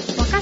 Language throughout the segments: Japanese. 阪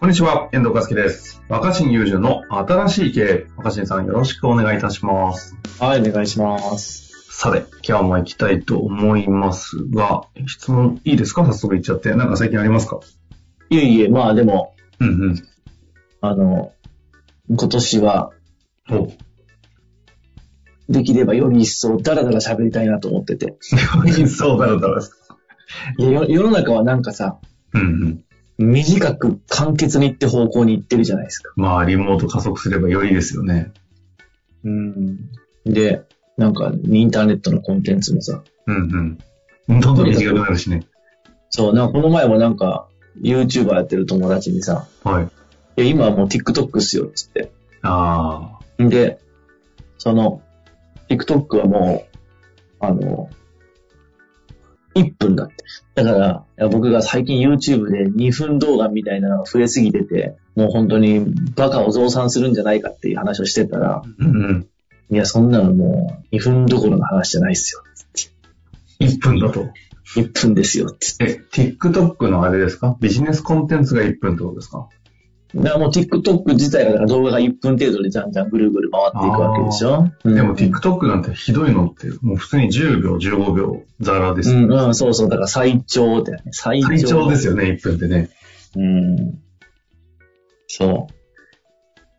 こんにちは、遠藤和樹です。若新雄純の新しい経営。若新さんよろしくお願いいたします。はい、お願いします。さて、今日も行きたいと思いますが、質問いいですか早速行っちゃって。なんか最近ありますかいえいえ、まあでも、うんあの、今年は、うん。お、できればより一層ダラダラ喋りたいなと思ってて。そうだろうだろうですか。いやよ世の中はなんかさ、うんうん。短く簡潔にって方向に行ってるじゃないですか。まあ、リモート加速すればよりですよね。うん。で、なんか、インターネットのコンテンツもさ、うんうん。どんどん短くなるしね。そう、なんかこの前もなんか、YouTuber やってる友達にさ、はい。いや、今はもう TikTok っすよ、つって。ああ。で、その、TikTok はもう、あの、1分だって。だから、いや僕が最近 YouTube で2分動画みたいなのが増えすぎてて、もう本当にバカを増産するんじゃないかっていう話をしてたら、うんうん。いや、そんなのもう2分どころの話じゃないっすよ。 1分だと。 1分ですよって。え、TikTok のあれですかビジネスコンテンツが1分ってことですかだからもう TikTok 自体がだから動画が1分程度でじゃんじゃんぐるぐる回っていくわけでしょ。うんでも TikTok なんてひどいのって、もう普通に10秒、15秒ザラですうよ。ん、うん、そうそう。だから最長だよね。最長。最長ですよね、1分でね。うん。そ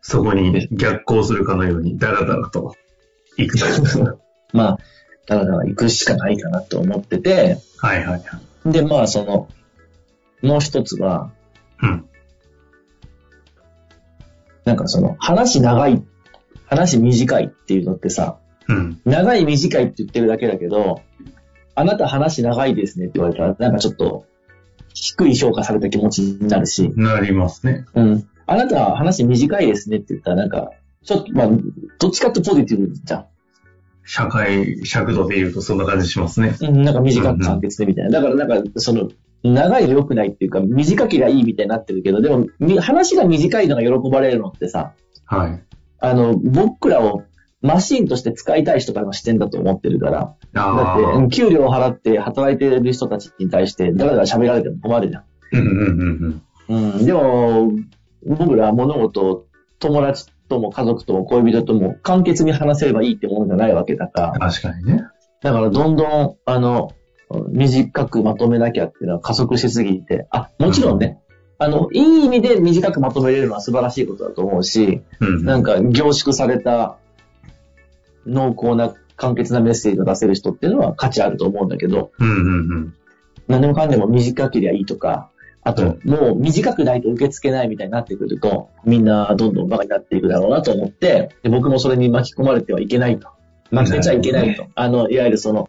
そこに逆行するかのように、ダラダラと行 くというですねう。まあ、だから行くしかないかなと思ってて、はいはいはい。で、まあ、その、もう一つは、うん。なんかその、話長い、話短いっていうのってさ、うん。長い短いって言ってるだけだけど、あなた話長いですねって言われたら、なんかちょっと、低い評価された気持ちになるし、なりますね。うん。あなた話短いですねって言ったら、なんか、ちょっと、まあ、どっちかってポジティブじゃん。社会尺度で言うとそんな感じしますね。うん、なんか短く簡潔でみたいな。だからなんか、その、長いが良くないっていうか、短きがいいみたいになってるけど、でも、み話が短いのが喜ばれるのってさ、はい。あの、僕らをマシンとして使いたい人からの視点だと思ってるから、だああ。って、ううんん給料を払って働いてる人たちに対して、だらだら喋られても困るじゃん。うんうんうん。うん、でも、僕らは物事を友達とも家族とも恋人とも簡潔に話せればいいってものじゃないわけだから、確かにね。だからどんどん、あの、短くまとめなきゃっていうのは加速しすぎて、あ、もちろんね、あの、いい意味で短くまとめれるのは素晴らしいことだと思うし、うん。なんか凝縮された濃厚な簡潔なメッセージを出せる人っていうのは価値あると思うんだけど、うんうんうん。何でもかんでも短けりゃいいとか、あと、うんもう短くないと受け付けないみたいになってくると、みんなどんどんバカになっていくだろうなと思って、で僕もそれに巻き込まれてはいけないと。巻き込めちゃいけないと。あの、いわゆるその、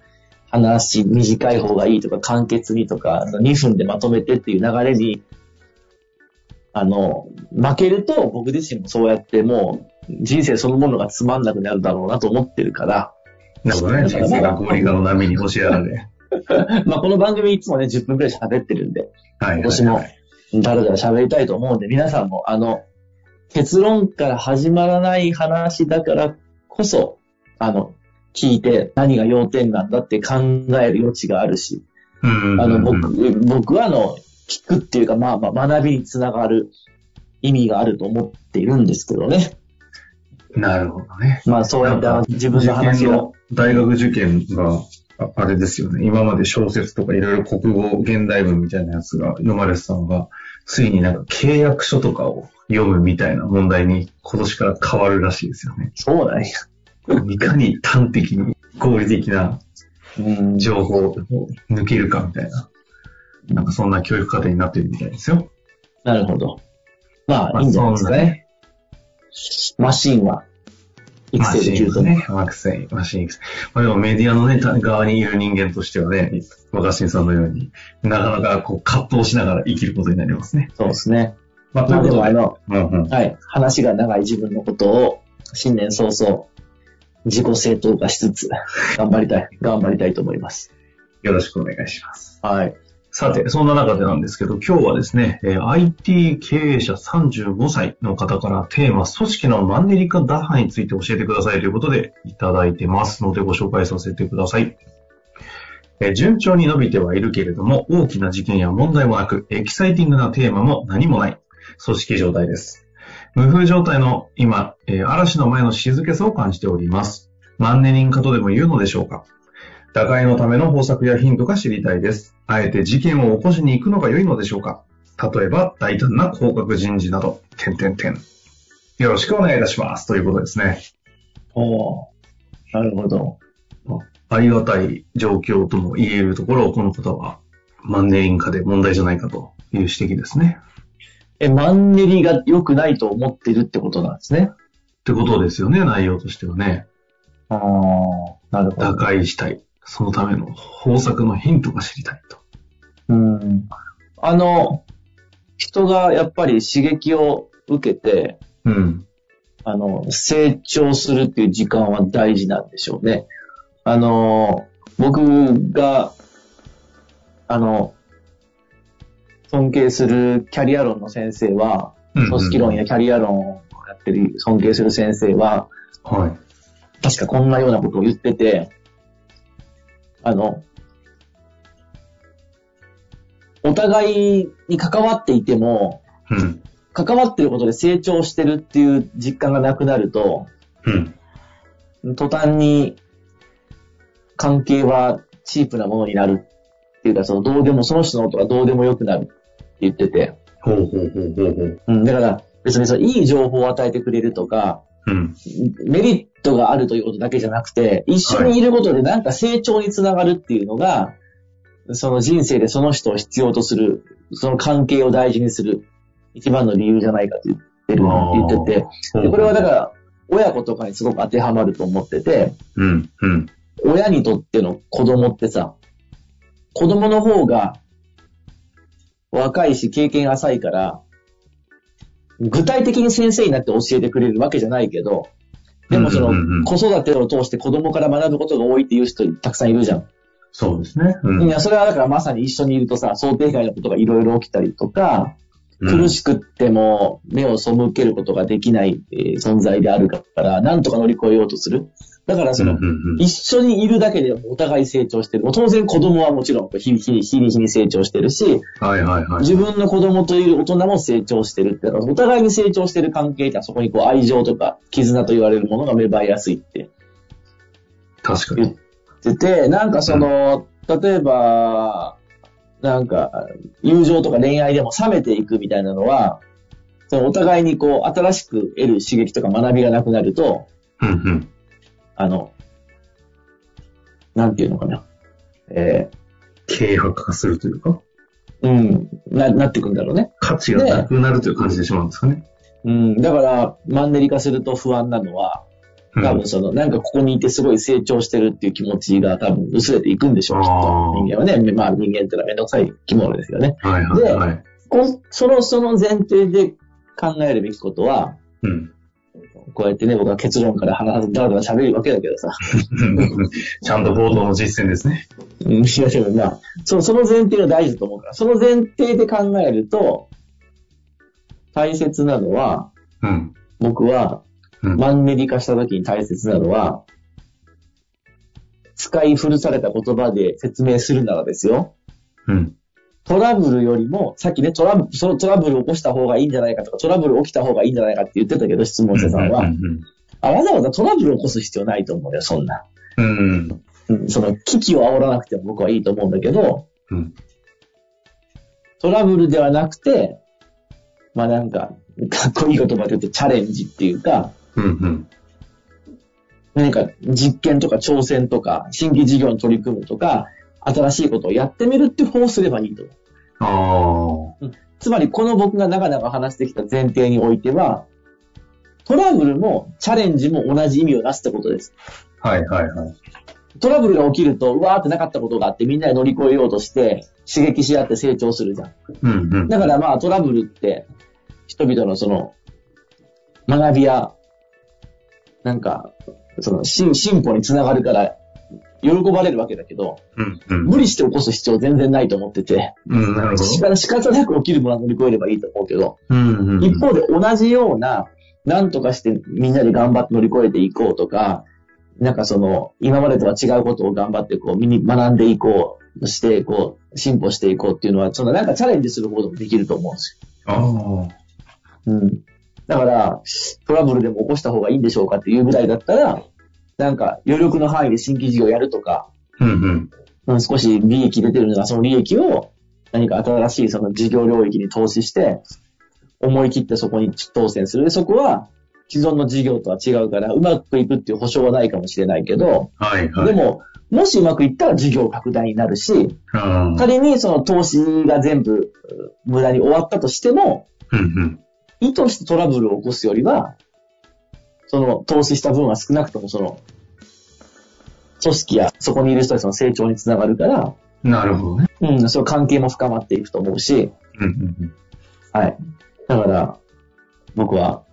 話短い方がいいとか、簡潔にとか、2分でまとめてっていう流れに、あの、負けると僕自身もそうやってもう人生そのものがつまんなくなるだろうなと思ってるから、なるほどね。人生が氷河の波に押しやられ。まあこの番組いつもね、10分くらい喋ってるんで、はい、今年もだらだら喋りたいと思うんで、皆さんも、あの、結論から始まらない話だからこそ、あの、聞いて何が要点なんだって考える余地があるし、うんうんうんうん。あの、僕、僕はあの、聞くっていうか、まあまあ、学びにつながる意味があると思っているんですけどね。なるほどね。まあ、そうやってあの自分の話受験を。の。大学受験が、ああれですよね。今まで小説とかいろいろ国語、現代文みたいなやつが読まれてたのが、ついになんか契約書とかを読むみたいな問題に今年から変わるらしいですよねそうなんや。いかに端的に合理的なうん情報を抜けるかみたいな。なんかそんな教育課程になってるみたいですよ。なるほど。ままあ、あいいんじゃないですかね。マシンは、育マ成シできンるでとす思ね。う。マシン、マシン。まあでもメディアのね、た側にいる人間としてはね、若新さんのように、なかなかこう葛藤しながら生きることになりますね。そうですね。まあ、まあでもあれの、うんうん。はい、話が長い自分のことを、新年早々、自己正当化しつつ、 頑張りたい、頑張りたいと思います。よろしくお願いします。はい。さて、そんな中でなんですけど、今日はですね、えー IT 経営者35歳の方からテーマ、組織のマンネリ化打破について教えてくださいということでいただいてますのでご紹介させてください。えー順調に伸びてはいるけれども、大きな事件や問題もなく、エキサイティングなテーマも何もない、組織状態です。無風状態の今、えー嵐の前の静けさを感じております。マンネリ化とでも言うのでしょうか打開のための方策や頻度が知りたいです。あえて事件を起こしに行くのが良いのでしょうか例えば、大胆な降格人事など、点点点。よろしくお願いいたします。ということですね。おーなるほど。ありがたい状況とも言えるところを、この方は、マンネリン化で問題じゃないかという指摘ですね。え、マンネリが良くないと思ってるってことなんですね。ってことですよね、内容としてはね。ああ、なるほ打ど。開したい。そのための方策のヒントが知りたいと。うん。あの、人がやっぱり刺激を受けて、うん。あの、成長するっていう時間は大事なんでしょうね。あの、僕が、あの、尊敬するキャリア論の先生は、うんうん組織論やキャリア論をやってる、尊敬する先生は、はい。確かこんなようなことを言ってて、あの、お互いに関わっていても、うん。関わってることで成長してるっていう実感がなくなると、うん。途端に関係はチープなものになるっていうか、そのどうでも、その人の音がどうでもよくなるって言ってて、ほうほうほうほうほう。うん、だから別にそのいい情報を与えてくれるとか、うん。メリットがあるということだけじゃなくて、一緒にいることでなんか成長につながるっていうのが、その人生でその人を必要とする、その関係を大事にする、一番の理由じゃないかと言ってる、言ってて、でこれはだから、親子とかにすごく当てはまると思ってて、うん、うん。親にとっての子供ってさ、子供の方が若いし経験浅いから、具体的に先生になって教えてくれるわけじゃないけど、でもそうんうんうのん子育てを通して子供から学ぶことが多いっていう人たくさんいるじゃん。そうですね。ういや、それはだからまさに一緒にいるとさ、想定外のことがいろいろ起きたりとか、苦しくっても目を背けることができないえー存在であるから、なんとか乗り越えようとする。だからその、うんうんうん一緒にいるだけでお互い成長してる。当然子供はもちろん日々日々日々日々成長してるし、はいはいはい。自分の子供といる大人も成長してるって、だからお互いに成長してる関係ってそこにこう愛情とか絆と言われるものが芽生えやすいって確かに。言ってて、なんかその、例えば、なんか友情とか恋愛でも冷めていくみたいなのは、そのお互いにこう新しく得る刺激とか学びがなくなると、うんうん。あの、なんていうのかな。えー軽薄化するというか、うん、な、なってくんだろうね。価値がなくなるという感じでしまうんですかね。うん、だから、マンネリ化すると不安なのは、うん多分その、なんかここにいてすごい成長してるっていう気持ちが多分薄れていくんでしょう、きっあと。ー人間はね、まあ人間ってのはめんどくさい生き物ですよね。はいはいはい。こその、その前提で考えるべきことは、うん。 こうやってね、僕は結論から話ずだらだら喋るわけだけどさ。ちゃんと報道の実践ですね。うん、いやでもまあ、そその前提が大事だと思うから、その前提で考えると、大切なのは、うん。僕は、うんマンネリ化した時に大切なのは、使い古された言葉で説明するならですよ。うん。トラブルよりも、さっきね、トラブル、そのトラブル起こした方がいいんじゃないかとか、トラブル起きた方がいいんじゃないかって言ってたけど、質問者さんうは。んあわざわざトラブル起こす必要ないと思うよ、そんな。うんうん。うん、その、危機を煽らなくても僕はいいと思うんだけど、うん。トラブルではなくて、まあなんか、かっこいい言葉で言うとチャレンジっていうか、うんうん。何か実験とか挑戦とか、新規事業に取り組むとか、新しいことをやってみるって方をすればいいと思う。ああ。つまり、この僕が長々話してきた前提においては、トラブルもチャレンジも同じ意味をなすってことです。はいはいはい。トラブルが起きると、うわーってなかったことがあって、みんなで乗り越えようとして、刺激し合って成長するじゃん。うんうん。だからまあ、トラブルって、人々のその、学びや、なんか、その、進進歩につながるから、喜ばれるわけだけど、うん、うん。無理して起こす必要全然ないと思ってて、うん、なるほど。仕方仕方なく起きるものは乗り越えればいいと思うけど、うん、うん。一方で同じような、なんとかしてみんなで頑張って乗り越えていこうとか、なんかその、今までとは違うことを頑張ってこう、身に学んでいこう、して、こう、進歩していこうっていうのは、そのなんかチャレンジすることもできると思うんですああ。よ。うん。だから、トラブルでも起こした方がいいんでしょうかっていうぐらいだったら、なんか、余力の範囲で新規事業やるとか、うん、うん。うん、少し利益出てるのが、その利益を何か新しいその事業領域に投資して、思い切ってそこに当選する。で、そこは既存の事業とは違うから、うまくいくっていう保証はないかもしれないけど、はい、はい。でも、もしうまくいったら事業拡大になるし、ああ、仮にその投資が全部うん無駄に終わったとしても、うん、うん。意図してトラブルを起こすよりは、その投資した分は少なくともその、組織やそこにいる人たちの成長につながるから、なるほどね。うん、そう関係も深まっていくと思うし、うん、うんはい。だから、僕は、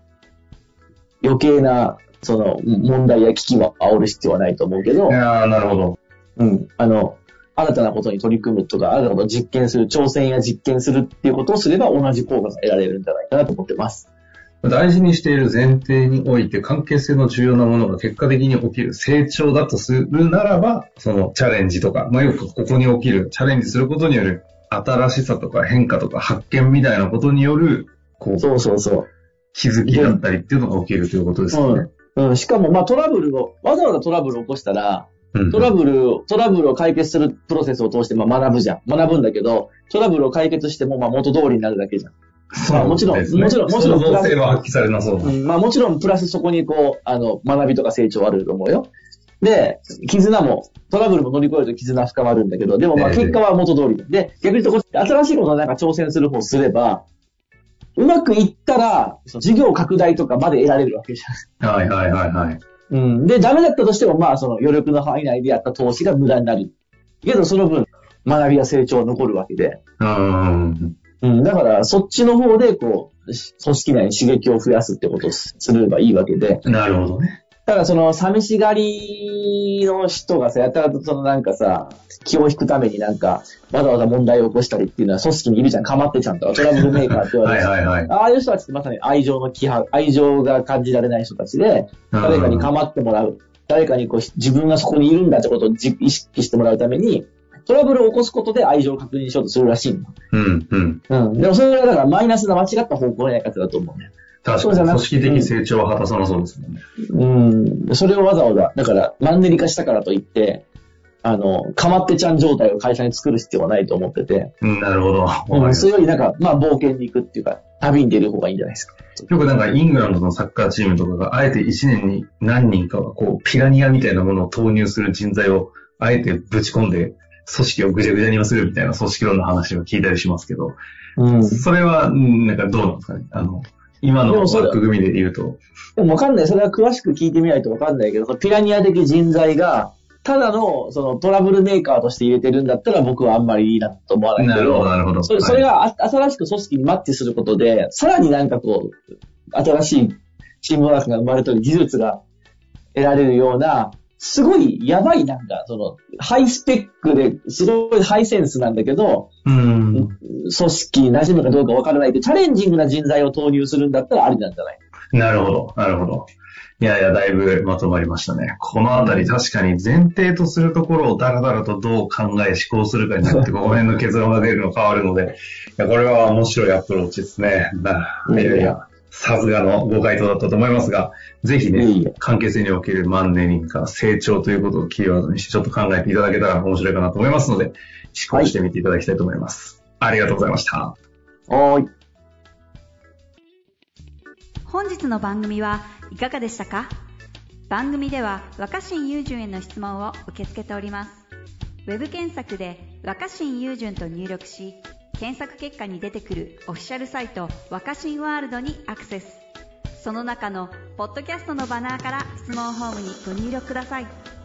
余計な、その、問題や危機は煽る必要はないと思うけうどん。い、やーなるほど。うん、あの、新たなことに取り組むとか、新たなことを実験する、挑戦や実験するっていうことをすれば同じ効果が得られるんじゃないかなと思ってます。大事にしている前提において関係性の重要なものが結果的に起きる成長だとするならば、そのチャレンジとか、まあよくここに起きる、チャレンジすることによる新しさとか変化とか発見みたいなことによる、こう、そうそうそう。気づきだったりっていうのが起きるということですよね。うん、しかも、まあ、トラブルを、わざわざトラブルを起こしたら、うんトラブルを、トラブルを解決するプロセスを通して、まあ、学ぶじゃん。学ぶんだけど、トラブルを解決しても、まあ、元通りになるだけじゃん。まあもちろんですねもちろんもちろん創造性は発揮されなそううな。ん、まあ、もちろん、プラスそこに、こう、あの、学びとか成長はあると思うよ。で、絆も、トラブルも乗り越えると絆深まるんだけど、でも、まあ、ええ結果は元通りだ。で、逆に言うとこっち、新しいことをなんか挑戦する方すれば、うまくいったら、その事業拡大とかまで得られるわけじゃん。はいはいはいはい。うん。で、ダメだったとしても、まあ、その余力の範囲内でやった投資が無駄になる。けど、その分、学びや成長は残るわけで。うん。うん。だから、そっちの方で、こう、し組織内に刺激を増やすってことをすすればいいわけで。なるほどね。ただ、その、寂しがりの人がさ、やたらとそのなんかさ、気を引くためになんか、わざわざ問題を起こしたりっていうのは、組織にいるじゃん、かまってちゃんとか、トラブルメーカーって言わはれいる。はいはい。ああいう人たちってまさに愛情の気派、愛情が感じられない人たちで、誰かに構ってもらう。誰かにこうひ自分がそこにいるんだってことをじ意識してもらうために、トラブルを起こすことで愛情を確認しようとするらしいんだ。うんうん。うん。でもそれはだからマイナスな間違った方向のやり方だと思うね。確かそうにじゃな組く織的成長は果たさなそうですもんね。うん。それをわざわざ、だからマンネリ化したからといって、あの、かまってちゃん状態を会社に作る必要はないと思ってて、うん、なるほど。うん、それよりなんか、まあ冒険に行くっていうか、旅に出る方がいいんじゃないですか。よくなんかイングランドのサッカーチームとかが、あえて1年に何人かはこう、ピラニアみたいなものを投入する人材を、あえてぶち込んで、組織をぐちゃぐちゃにするみたいな組織論の話を聞いたりしますけど、うん。それは、うんなんかどうなんですかね。あの、今のでもそうだ枠組みで言うと、でもわかんない。それは詳しく聞いてみないとわかんないけど、そのピラニア的人材が、ただの、そのトラブルメーカーとして入れてるんだったら僕はあんまりいいなと思わないなけるほど、ど、なるほど。それそれがあ新しく組織にマッチすることで、さらになんかこう、新しいチームワークが生まれたり、技術が得られるような、すごいやばいなんか、その、ハイスペックで、すごいハイセンスなんだけど、はい、うん。組織馴染むかどうかわからないって、チャレンジングな人材を投入するんだったらありなんじゃないなるほど、なるほど。いやいや、だいぶまとまりましたね。このあたり確かに前提とするところをダラダラとどう考え思考するかにな って、ここら辺の結論が出るの変わるので、いやこれは面白いアプローチですね。ないやいや、さすがのご回答だったと思いますが、ぜひね、いえいえ関係性におけるマンネリ化、成長ということをキーワードにしてちょっと考えていただけたら面白いかなと思いますので、思考してみていただきたいと思います。ありがとうございました。おーい。本日の番組はいかがでしたか番組では若新雄純への質問を受け付けておりますウェブ検索で「若新雄純」と入力し検索結果に出てくるオフィシャルサイト「若新ワールド」にアクセスその中の「ポッドキャスト」のバナーから質問フォームにご入力ください